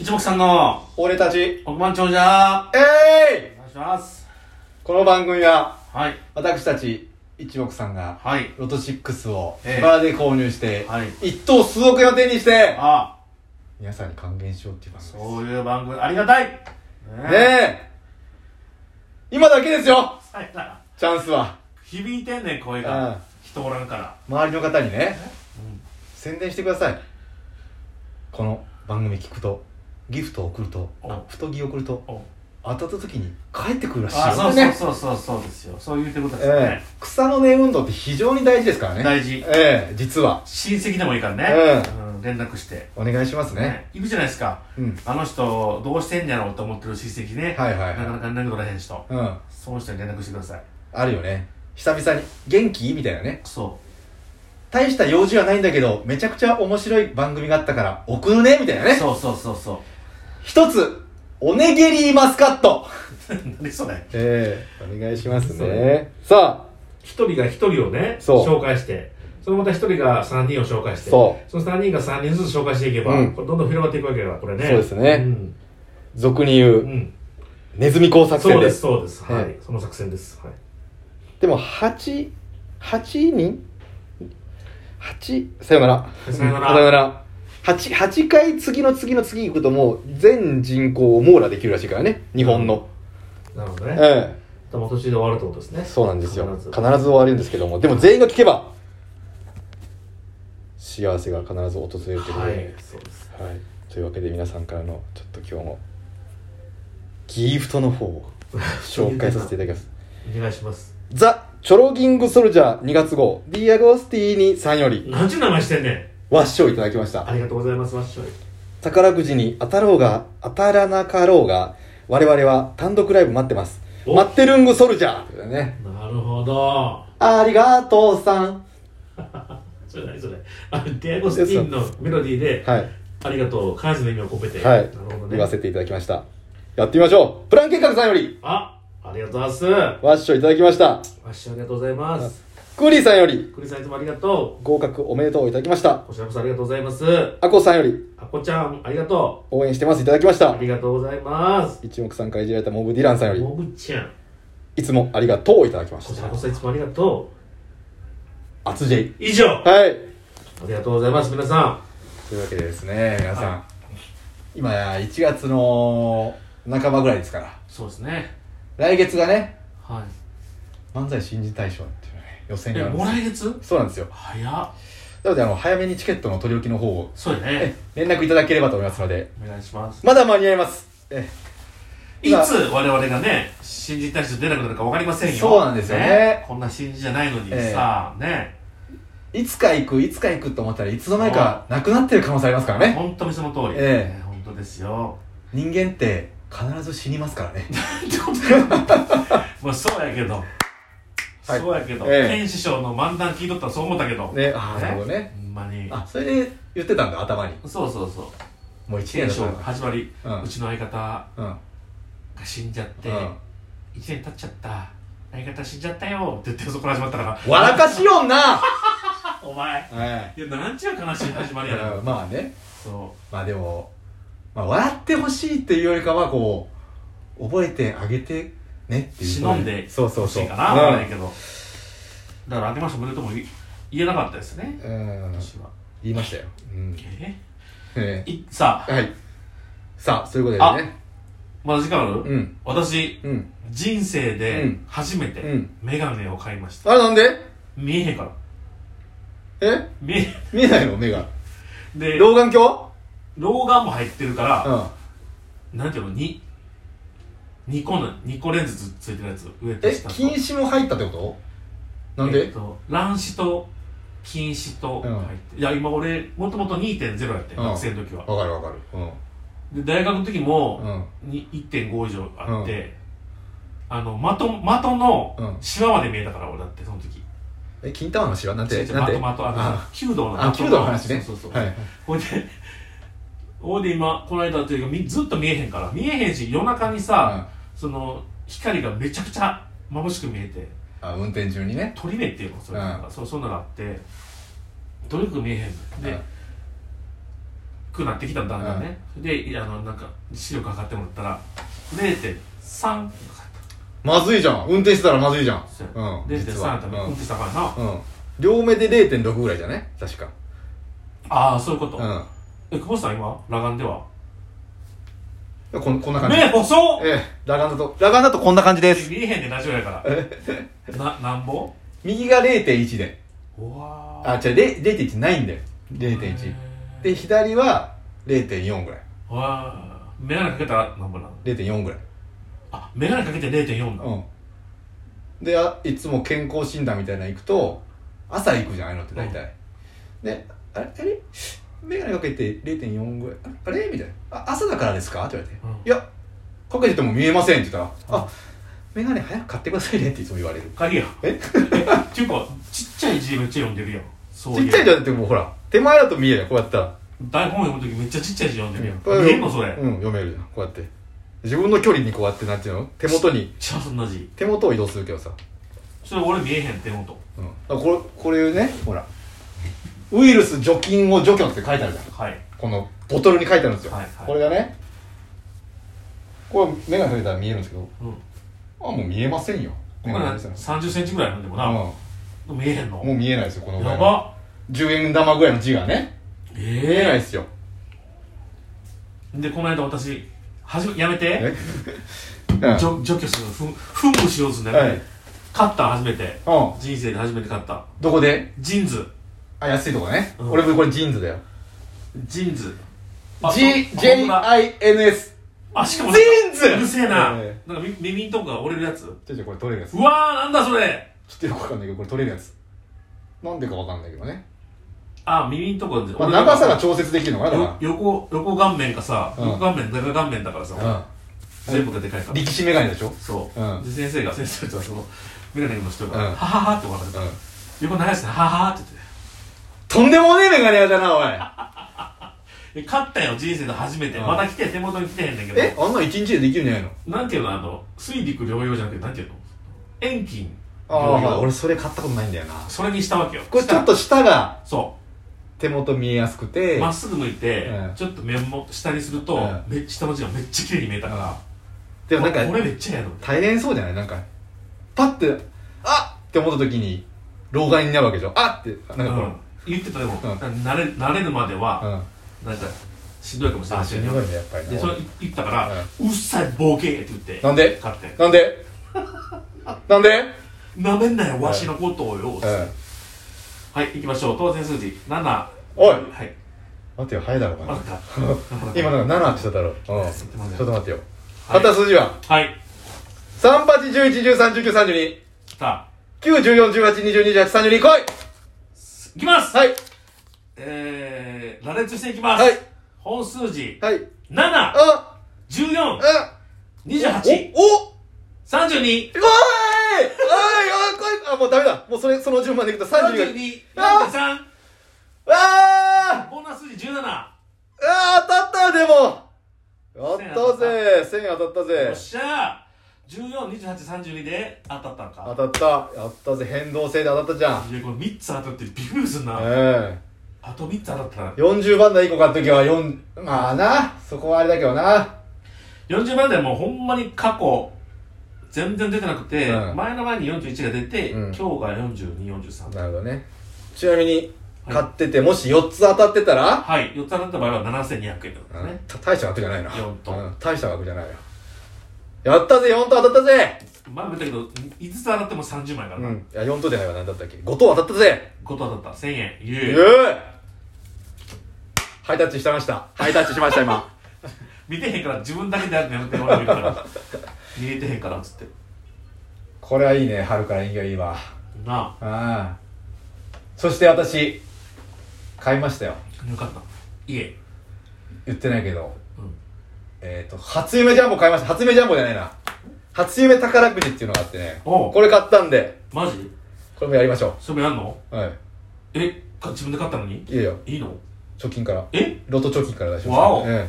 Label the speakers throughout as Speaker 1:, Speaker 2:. Speaker 1: 一目さんの
Speaker 2: 俺たち、え
Speaker 1: 黒板長者
Speaker 2: ーい
Speaker 1: お願いします
Speaker 2: この番組は、
Speaker 1: はい
Speaker 2: 私たち、一目さんが、
Speaker 1: はい
Speaker 2: ロト6を
Speaker 1: ええ
Speaker 2: 自腹で購入して、
Speaker 1: はい
Speaker 2: 一等数億円を手にして、
Speaker 1: あ
Speaker 2: 皆さんに還元しようっていう番組
Speaker 1: そういう番組ありがたいね
Speaker 2: です。ねえ今だけですよ
Speaker 1: さよなら
Speaker 2: チャンスは。
Speaker 1: 響いてんねん声
Speaker 2: うん
Speaker 1: が人おらんから
Speaker 2: 周りの方にね、宣伝してください。この番組聞くと、ギフトを送ると、
Speaker 1: お
Speaker 2: あ太着を送ると、
Speaker 1: お
Speaker 2: 当たった時に帰ってくるらしいよ
Speaker 1: あそうそう
Speaker 2: ね
Speaker 1: そうそうそうですよそういうってことですよ
Speaker 2: え
Speaker 1: ね
Speaker 2: え草の根運動って非常に大事ですからね。
Speaker 1: 大事
Speaker 2: ええ実は。
Speaker 1: 親戚でもいいからね
Speaker 2: え
Speaker 1: うん連絡して
Speaker 2: お願いしますね。
Speaker 1: ねいるじゃないですか
Speaker 2: うん。
Speaker 1: あの人どうしてんねやろうと思ってる親戚ね
Speaker 2: はいはいはい
Speaker 1: なかなか連絡取れへん人
Speaker 2: うん。
Speaker 1: その人に連絡してください
Speaker 2: あるよね。久々に、元気みたいなね。
Speaker 1: そ
Speaker 2: 大した用事はないんだけど、めちゃくちゃ面白い番組があったから、送るねみたいな
Speaker 1: う
Speaker 2: ね。
Speaker 1: そうそうそうそ
Speaker 2: 一つ、おねげりマスカット。
Speaker 1: う 何それ
Speaker 2: ええお願いします
Speaker 1: そうね。
Speaker 2: さあ、
Speaker 1: 一人が一人をね
Speaker 2: そう
Speaker 1: 紹介してそれまた一人が三人を紹介して
Speaker 2: そ
Speaker 1: の三人が三人ずつ紹介していけば、
Speaker 2: うん
Speaker 1: これどんどん広がっていくわけだこれね
Speaker 2: そうですね
Speaker 1: うん、
Speaker 2: 俗に
Speaker 1: う
Speaker 2: 言う、
Speaker 1: ん、
Speaker 2: ネズミ工作
Speaker 1: そうです。そうですはい、
Speaker 2: はい
Speaker 1: その作戦ですはい
Speaker 2: でも、8、8人 ?8、さよなら。
Speaker 1: さよなら
Speaker 2: さよなら。8、8回次の次の次行くともう全人口を網羅できるらしいからね。日本の。
Speaker 1: なるほどね、
Speaker 2: え
Speaker 1: でも途中で終わるってことですね
Speaker 2: え。そうなんですよ。必
Speaker 1: 必
Speaker 2: ず
Speaker 1: ず
Speaker 2: 終わるんですけども。でも全員が聞けば、幸せが必ず訪れるということ
Speaker 1: は
Speaker 2: で。
Speaker 1: いそうです
Speaker 2: はい。というわけで皆さんからの、ちょっと今日も、ギフトの方を紹介させていただき ます。
Speaker 1: お願いします
Speaker 2: ザ・チョロギング・ソルジャー2月号、ディアゴスティーニさんより、
Speaker 1: 何ちゅう名前してんねん
Speaker 2: ワッショをいただきました
Speaker 1: あ。りがとうございますわっしょい
Speaker 2: 宝くじに当たろうが当たらなかろうが我々は単独ライブ待ってます
Speaker 1: お
Speaker 2: 待ってるんぐソルジャーということでね
Speaker 1: なるほど
Speaker 2: ありがとうさん
Speaker 1: それ何それあディアゴスティーンのメロディーで、
Speaker 2: はい、
Speaker 1: ありがとう感謝の意味を込めて
Speaker 2: は
Speaker 1: なる
Speaker 2: い
Speaker 1: ほど、ね
Speaker 2: 言わせていただきましたやってみましょうプラン計画さんより
Speaker 1: あありがとうございますわ
Speaker 2: ワッショいただきました
Speaker 1: っしょいありがとうございます
Speaker 2: クーリーさんより
Speaker 1: クリさんいつもありがと
Speaker 2: 合格おめでとういただきました
Speaker 1: う。こちらこそありがとうございます。
Speaker 2: アコさんより
Speaker 1: あこちゃん、ありがと
Speaker 2: 応援してますいただきまし
Speaker 1: う。あ
Speaker 2: た
Speaker 1: りがとうございます。
Speaker 2: 一目散からいじられたモブディランさんより
Speaker 1: もぐちゃん、
Speaker 2: いつもありがとういただきま
Speaker 1: こ
Speaker 2: し
Speaker 1: ちら
Speaker 2: た
Speaker 1: こそいつもありがと
Speaker 2: アツジェイ
Speaker 1: う。以上あ
Speaker 2: はい
Speaker 1: りがとうございます、皆さ
Speaker 2: というわけでですね皆さん、
Speaker 1: は
Speaker 2: 今1月の半ばぐらいですから
Speaker 1: ん。そうですね。
Speaker 2: 来月がね
Speaker 1: はい。
Speaker 2: 漫才新人大賞っていうね予選
Speaker 1: え、
Speaker 2: があるん
Speaker 1: も
Speaker 2: で
Speaker 1: う
Speaker 2: す
Speaker 1: 来月
Speaker 2: そうなんですよ
Speaker 1: 早っ。
Speaker 2: なのであの早めにチケットの取り置きの方を
Speaker 1: そうや
Speaker 2: え
Speaker 1: ね。
Speaker 2: 連絡いただければと思いますので
Speaker 1: お願いします。
Speaker 2: まだ間に合いますえ
Speaker 1: いつ我々がね、新人たちと出なくなるか分かりませんよ。
Speaker 2: そうなんですよね
Speaker 1: こんな新人じゃないのに
Speaker 2: ええ
Speaker 1: さ、ね。
Speaker 2: いつか行くいつか行くと思ったらいつの間にかなくなってる可能性ありますからね
Speaker 1: 本当にその通り。
Speaker 2: ええ
Speaker 1: え本当ですよ。
Speaker 2: 人間って必ず死にますからね
Speaker 1: ってことだよまあそうやけど、
Speaker 2: はい
Speaker 1: そうやけど、
Speaker 2: ええ
Speaker 1: ケン師匠の漫談聞いとったらそう思ったけど
Speaker 2: ねあーなるほどね
Speaker 1: ほんまに
Speaker 2: あそれで言ってたんだ頭に
Speaker 1: そうそうそう
Speaker 2: もう1
Speaker 1: ケ
Speaker 2: 年
Speaker 1: ン
Speaker 2: だ
Speaker 1: 師
Speaker 2: と
Speaker 1: 匠の始まり、
Speaker 2: う
Speaker 1: うんちの相方
Speaker 2: うん
Speaker 1: が死んじゃって、
Speaker 2: う
Speaker 1: 一
Speaker 2: ん
Speaker 1: 1年経っちゃった相方死んじゃったよって言ってそこから始まった から
Speaker 2: わらかしよんな
Speaker 1: あお前
Speaker 2: はい
Speaker 1: いやなんちゅう悲しい始まりやな、
Speaker 2: うんまあね
Speaker 1: そ
Speaker 2: まあでも、まあ、笑ってほしいっていうよりかはこう覚えてあげてねって
Speaker 1: う
Speaker 2: いう
Speaker 1: 忍んで
Speaker 2: そうそう
Speaker 1: ほし
Speaker 2: そう
Speaker 1: いかなわからない
Speaker 2: うん
Speaker 1: けど、だから明けましておめでとうも言い言えなかったですね
Speaker 2: うん
Speaker 1: 私は、
Speaker 2: 言いましたよ、うん
Speaker 1: え
Speaker 2: え
Speaker 1: いさあ
Speaker 2: えはいさあそういうことでね
Speaker 1: まだ時間ある、
Speaker 2: うん
Speaker 1: 私
Speaker 2: うん
Speaker 1: 人生
Speaker 2: う
Speaker 1: で
Speaker 2: ん
Speaker 1: 初め
Speaker 2: う
Speaker 1: て
Speaker 2: ん
Speaker 1: メガネを買いました、
Speaker 2: あれなんで
Speaker 1: 見えへんから
Speaker 2: え
Speaker 1: 見え
Speaker 2: 見えないの目が
Speaker 1: で
Speaker 2: 老眼鏡
Speaker 1: 老眼も入ってるから、
Speaker 2: うん
Speaker 1: なんていうのに2個の二個レンズつついてるやつ上と
Speaker 2: え
Speaker 1: 下と
Speaker 2: 近視も入ったってことなん
Speaker 1: えっ
Speaker 2: で
Speaker 1: と乱視と近視と
Speaker 2: うん
Speaker 1: 入って、いや今俺もともと2.0やって、
Speaker 2: うん
Speaker 1: 学生の時は
Speaker 2: わかるわかるうん
Speaker 1: で大学の時も、
Speaker 2: うん
Speaker 1: に1.5以上あって、あの的的の
Speaker 2: うん
Speaker 1: シワまで見えたから俺だってその時
Speaker 2: え金玉の知らんなんて
Speaker 1: 違う違う
Speaker 2: なんて
Speaker 1: 的的あ
Speaker 2: あ
Speaker 1: の弓道の
Speaker 2: あ弓道の話ね
Speaker 1: そうそうそう、
Speaker 2: はい
Speaker 1: ほいで、ほいで今、この間というかみ、ずっと見えへんから、見えへんし、夜中にさ、その、光がめちゃくちゃ眩しく見えて、
Speaker 2: あ運転中にね
Speaker 1: 鳥目っていうの、それ、
Speaker 2: うん
Speaker 1: なんかそうそんなのがあって、とにかく見えへんの。で、くなってきたんだんだんね、でいやあのなんか視力測ってもらったら0.3だっ
Speaker 2: まずいじゃん運転してたらまずいじゃん
Speaker 1: たそう
Speaker 2: うん
Speaker 1: 0.3だったら運
Speaker 2: う
Speaker 1: 転したからな、
Speaker 2: ん、うん、両目で0.6ぐらいじゃね確か
Speaker 1: ああそういうこと、
Speaker 2: うん
Speaker 1: え久保田さん今裸眼では
Speaker 2: こんこんな感じ
Speaker 1: 目細っ
Speaker 2: ええ裸眼だと裸眼だとこんな感じです
Speaker 1: 見えへんでラジオやからななんぼ
Speaker 2: 右が0.1で
Speaker 1: うわー
Speaker 2: あ違うれ0.1ないんだよ
Speaker 1: へ
Speaker 2: 0.1
Speaker 1: ー
Speaker 2: で左は0.4ぐらいう
Speaker 1: わー眼鏡かけたらなんぼなの
Speaker 2: 0.4ぐらい
Speaker 1: あ眼鏡かけて0.4だ、
Speaker 2: うんであいつも健康診断みたいなの行くと朝行くじゃんああいうのって大体、であれあれ眼鏡かけて0.4ぐらいあれみたいなあ朝だからですかって言われて、
Speaker 1: うん
Speaker 2: いやかけてても見えませんって言ったら、あ眼鏡早く買ってくださいねっていつも言われる
Speaker 1: 鍵や
Speaker 2: え
Speaker 1: っていうかちっちゃい字めっちゃ読んでるやんそう
Speaker 2: ち
Speaker 1: い
Speaker 2: っちゃいじ
Speaker 1: ゃ
Speaker 2: ゃんってもうほら手前だと見えないこうやったら
Speaker 1: 台本読む時めっちゃちっちゃい字読んでるや
Speaker 2: これ
Speaker 1: ん見えんのそれ、
Speaker 2: うん読めるじゃんこうやって自分の距離にこうやってなんていうの手元に
Speaker 1: じゃあそんな字
Speaker 2: 手元を移動するけどさ、
Speaker 1: それ俺見えへんって思うと
Speaker 2: うん、あこれこれねほらウイルス除菌を除去って書いてあるじゃん
Speaker 1: はい
Speaker 2: このボトルに書いてあるんですよ、
Speaker 1: はいはい
Speaker 2: これがねこれ目が触れたら見えるんですけど
Speaker 1: うん
Speaker 2: あもう見えませんよ
Speaker 1: これ
Speaker 2: 目が触れてたら
Speaker 1: 3 0ンチぐらいなんでもな、見えへんの
Speaker 2: うんもう見えないですよこのぐら
Speaker 1: や
Speaker 2: いの
Speaker 1: ば
Speaker 2: 10円玉ぐらいの字がね見えない
Speaker 1: え
Speaker 2: ですよ
Speaker 1: えでこの間私はじめやめて
Speaker 2: えうんは
Speaker 1: 除除去するふんふんぶしようすんだよ、
Speaker 2: い、うん
Speaker 1: ね、買った初めて人生で初めて買った
Speaker 2: どこで
Speaker 1: ジーンズ
Speaker 2: あ安いとこね、
Speaker 1: うん
Speaker 2: 俺もこれジーンズだよ
Speaker 1: ジーンズ
Speaker 2: G-
Speaker 1: そうほん
Speaker 2: J
Speaker 1: まだ
Speaker 2: I N S
Speaker 1: あしかも
Speaker 2: ジーンズ
Speaker 1: うるせえな、
Speaker 2: え
Speaker 1: なんかみ耳んとこが折れるやつ
Speaker 2: ちょいちょいこれ取れるやつちょ
Speaker 1: うわーなんだそれ
Speaker 2: っとよくわかんないけどこれ取れるやつなんでかわかんないけどね、
Speaker 1: あ耳んとこで、
Speaker 2: まあ、
Speaker 1: 俺らが
Speaker 2: 長さが調節できるのかなだ
Speaker 1: よ
Speaker 2: か
Speaker 1: 横横顔面かさ、
Speaker 2: うん
Speaker 1: 横顔面長顔面だからさ、
Speaker 2: ら、
Speaker 1: 全部がでかいか
Speaker 2: うん、
Speaker 1: ら
Speaker 2: 力士眼鏡でしょ
Speaker 1: そう、
Speaker 2: うん
Speaker 1: で先生が先生とはその眼鏡の人が、
Speaker 2: うん
Speaker 1: はははって笑ってた、
Speaker 2: うん
Speaker 1: 横流してはははって
Speaker 2: とんでもねえ眼鏡屋だなお
Speaker 1: 言
Speaker 2: い
Speaker 1: ってで勝ったよ人生で初めて、
Speaker 2: うん
Speaker 1: まだ来て手元に来てへんだけど
Speaker 2: えあんな一日でできるんじゃないの
Speaker 1: なんていうのあの水陸両用じゃなくてなんていうの遠近
Speaker 2: あ
Speaker 1: 両
Speaker 2: あ
Speaker 1: 用
Speaker 2: 俺それ買ったことないんだよな
Speaker 1: それにしたわけよ
Speaker 2: これちょっと下が
Speaker 1: そ
Speaker 2: 手元見えやすく
Speaker 1: う
Speaker 2: て
Speaker 1: まっすぐ向いて、
Speaker 2: うん
Speaker 1: ちょっと面も下にすると、
Speaker 2: うん
Speaker 1: めっちゃ下の字がめっちゃ綺麗に見えたから、
Speaker 2: でもなん
Speaker 1: あこ
Speaker 2: か
Speaker 1: れめっちゃやる
Speaker 2: 大変そうじゃないなんかパッてあっって思った時に老眼になるわけでしょあっってなんかこ
Speaker 1: うん言ってたでも、
Speaker 2: うん
Speaker 1: 慣れ慣れるまでは、
Speaker 2: のうん
Speaker 1: なんかしんどいかもしれない
Speaker 2: あしんどいねやっぱりね
Speaker 1: でそれ言ったから「うっさいボケ!」って言って
Speaker 2: なんで
Speaker 1: 買って
Speaker 2: なんでなんで
Speaker 1: 「なめんなよわしのことをよ」
Speaker 2: ええ
Speaker 1: はい行きましょう当選数字7
Speaker 2: おい
Speaker 1: はい
Speaker 2: 待てよ、早いだろう
Speaker 1: 分か
Speaker 2: な
Speaker 1: っ。た
Speaker 2: 今なんか7って言っただろ。うん。
Speaker 1: ちょっと待って
Speaker 2: ちょっと待ってよ。買った数字は、
Speaker 1: はい
Speaker 2: 3、8、11、13、19、32、
Speaker 1: 来た
Speaker 2: 9、14、18、20、28、32、来い
Speaker 1: いきます、
Speaker 2: はい
Speaker 1: えー、羅列していきます、
Speaker 2: はい
Speaker 1: 本数字
Speaker 2: はい
Speaker 1: 7
Speaker 2: あ
Speaker 1: 14
Speaker 2: あ
Speaker 1: 28
Speaker 2: おお
Speaker 1: 32
Speaker 2: おいおいおいおいあ、もうダメだ。もうそれ、その順番でいくと32が。
Speaker 1: 32
Speaker 2: あ
Speaker 1: 43
Speaker 2: あー
Speaker 1: ボーナス数字17
Speaker 2: あー当たったよ、でもやったぜ !1000 当たった
Speaker 1: よ
Speaker 2: ぜ
Speaker 1: っしゃー142832で当たったん
Speaker 2: 当
Speaker 1: か
Speaker 2: たったやったぜ変動性で当たったじゃん
Speaker 1: いやこれ3つ当たってビビるすんな、
Speaker 2: え
Speaker 1: あと3つ当たったら
Speaker 2: え40番台1個買っときは4まあなそこはあれだけどな
Speaker 1: 40番台もうほんまに過去全然出てなくて、
Speaker 2: うん
Speaker 1: 前の前に41が出て、
Speaker 2: うん
Speaker 1: 今日が4243
Speaker 2: なるほどねちなみに
Speaker 1: はい
Speaker 2: 買っててもし4つ当たってたら、
Speaker 1: はい4つ当たった場合は7200円ってことですね、
Speaker 2: た大した額じゃないな
Speaker 1: 四と
Speaker 2: うん大した額じゃないよやったぜ4と当たったぜ
Speaker 1: 前も言ったけど5つ当たっても30枚やから
Speaker 2: う
Speaker 1: な、
Speaker 2: んいや4とじゃないわ何だったっけ5と当たったぜ
Speaker 1: 5と当たった1000円ゆう
Speaker 2: うーハイタッチしてましたハイタッチしました今
Speaker 1: 見てへんから自分だけでやるのやめてもらうから見えてへんからっつって
Speaker 2: これはいいね春から演技がいいわ
Speaker 1: なあ
Speaker 2: ああそして私買いましたよ
Speaker 1: よかったいえ
Speaker 2: 言ってないけど、
Speaker 1: うん
Speaker 2: えっ、と初夢ジャンボ買いました初夢ジャンボじゃないな初夢宝くじっていうのがあってね
Speaker 1: おう
Speaker 2: これ買ったんで
Speaker 1: マジ
Speaker 2: これもやりましょ
Speaker 1: それもやんの
Speaker 2: うはい
Speaker 1: えか自分で買ったのに
Speaker 2: いいよ
Speaker 1: いいの
Speaker 2: 貯金から
Speaker 1: え
Speaker 2: ロト貯金から出しました
Speaker 1: わお
Speaker 2: え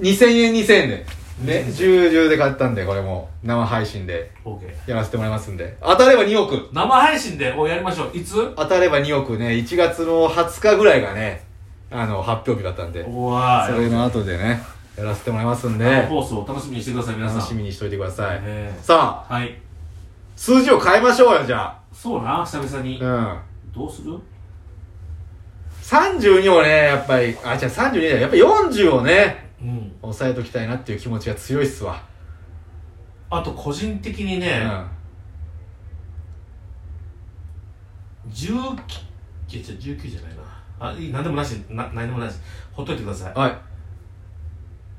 Speaker 2: え2000円2000円でね10 10で買ったんでこれも生配信で
Speaker 1: OK
Speaker 2: やらせてもらいますんで当たれば2億
Speaker 1: 生配信でおやりましょういつ
Speaker 2: 当たれば2億ね1月の20日ぐらいがねあの発表日だったんで
Speaker 1: おわ
Speaker 2: そ
Speaker 1: ー
Speaker 2: れの後でねやらせてもらいますん
Speaker 1: 生
Speaker 2: で
Speaker 1: 放送楽しみにしてください皆さん
Speaker 2: 楽しみにしといてください、
Speaker 1: ええ
Speaker 2: さあ
Speaker 1: はい
Speaker 2: 数字を変えましょうよじゃあ
Speaker 1: そうな久々に、
Speaker 2: うん
Speaker 1: どうする
Speaker 2: 32をねやっぱりあじゃあ32じゃないやっぱ40をね
Speaker 1: うん
Speaker 2: 抑えときたいなっていう気持ちが強いっすわ、
Speaker 1: あと個人的に
Speaker 2: う
Speaker 1: ね、
Speaker 2: ん
Speaker 1: 19いや違う19じゃないなあいい何でもなしな何でもなしほっといてください
Speaker 2: はい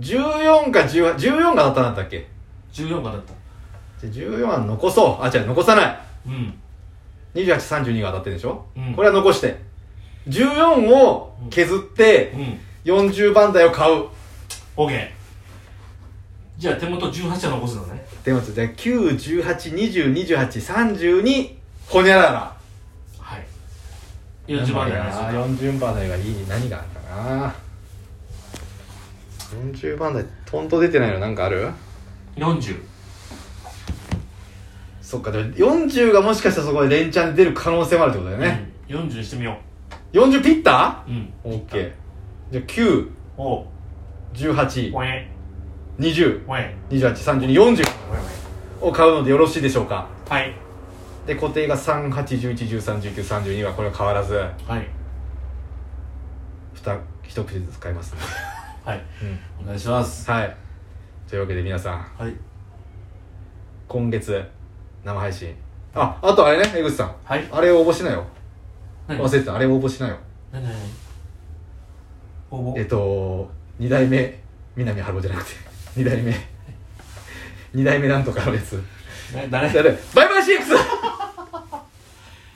Speaker 2: 14か1814が当たらなかったっけ
Speaker 1: 14がだった
Speaker 2: じゃあ14は残そうあじゃあ残さない
Speaker 1: うん
Speaker 2: 2832が当たってるでしょ、
Speaker 1: うん
Speaker 2: これは残して14を削って
Speaker 1: うん
Speaker 2: 40番台を買う
Speaker 1: OK じゃあ手元18は残すのね
Speaker 2: でもじゃあ918202832ほにゃらら
Speaker 1: はい40番じゃないです
Speaker 2: あ
Speaker 1: か
Speaker 2: ー40番台がいい何があるかな40番台トント出てないのなんかある
Speaker 1: 40
Speaker 2: そっかでも40がもしかしたらそこで連チャンで出る可能性もあるってことだよね、
Speaker 1: うん40にしてみよ
Speaker 2: 40ピッタ
Speaker 1: ううん
Speaker 2: ー ?OK じゃあ9
Speaker 1: おう
Speaker 2: 18
Speaker 1: おえ
Speaker 2: 20
Speaker 1: おえ
Speaker 2: 28 32 40
Speaker 1: おえ
Speaker 2: を買うのでよろしいでしょうか
Speaker 1: はい
Speaker 2: で固定が3811131932はこれは変わらず
Speaker 1: はい
Speaker 2: 2一口ずつ使いますね、
Speaker 1: はいお願いします
Speaker 2: はいというわけで皆さん
Speaker 1: はい
Speaker 2: 今月生配信ああとあれね江口さん
Speaker 1: はい
Speaker 2: あれ応募しなよ
Speaker 1: 何
Speaker 2: 忘れてたあれ応募しなよ
Speaker 1: 何何応
Speaker 2: えっ
Speaker 1: 募
Speaker 2: と2代目南春夫じゃなくて2代目2代目なんとかのやつ
Speaker 1: え誰
Speaker 2: だからバイバイ CX!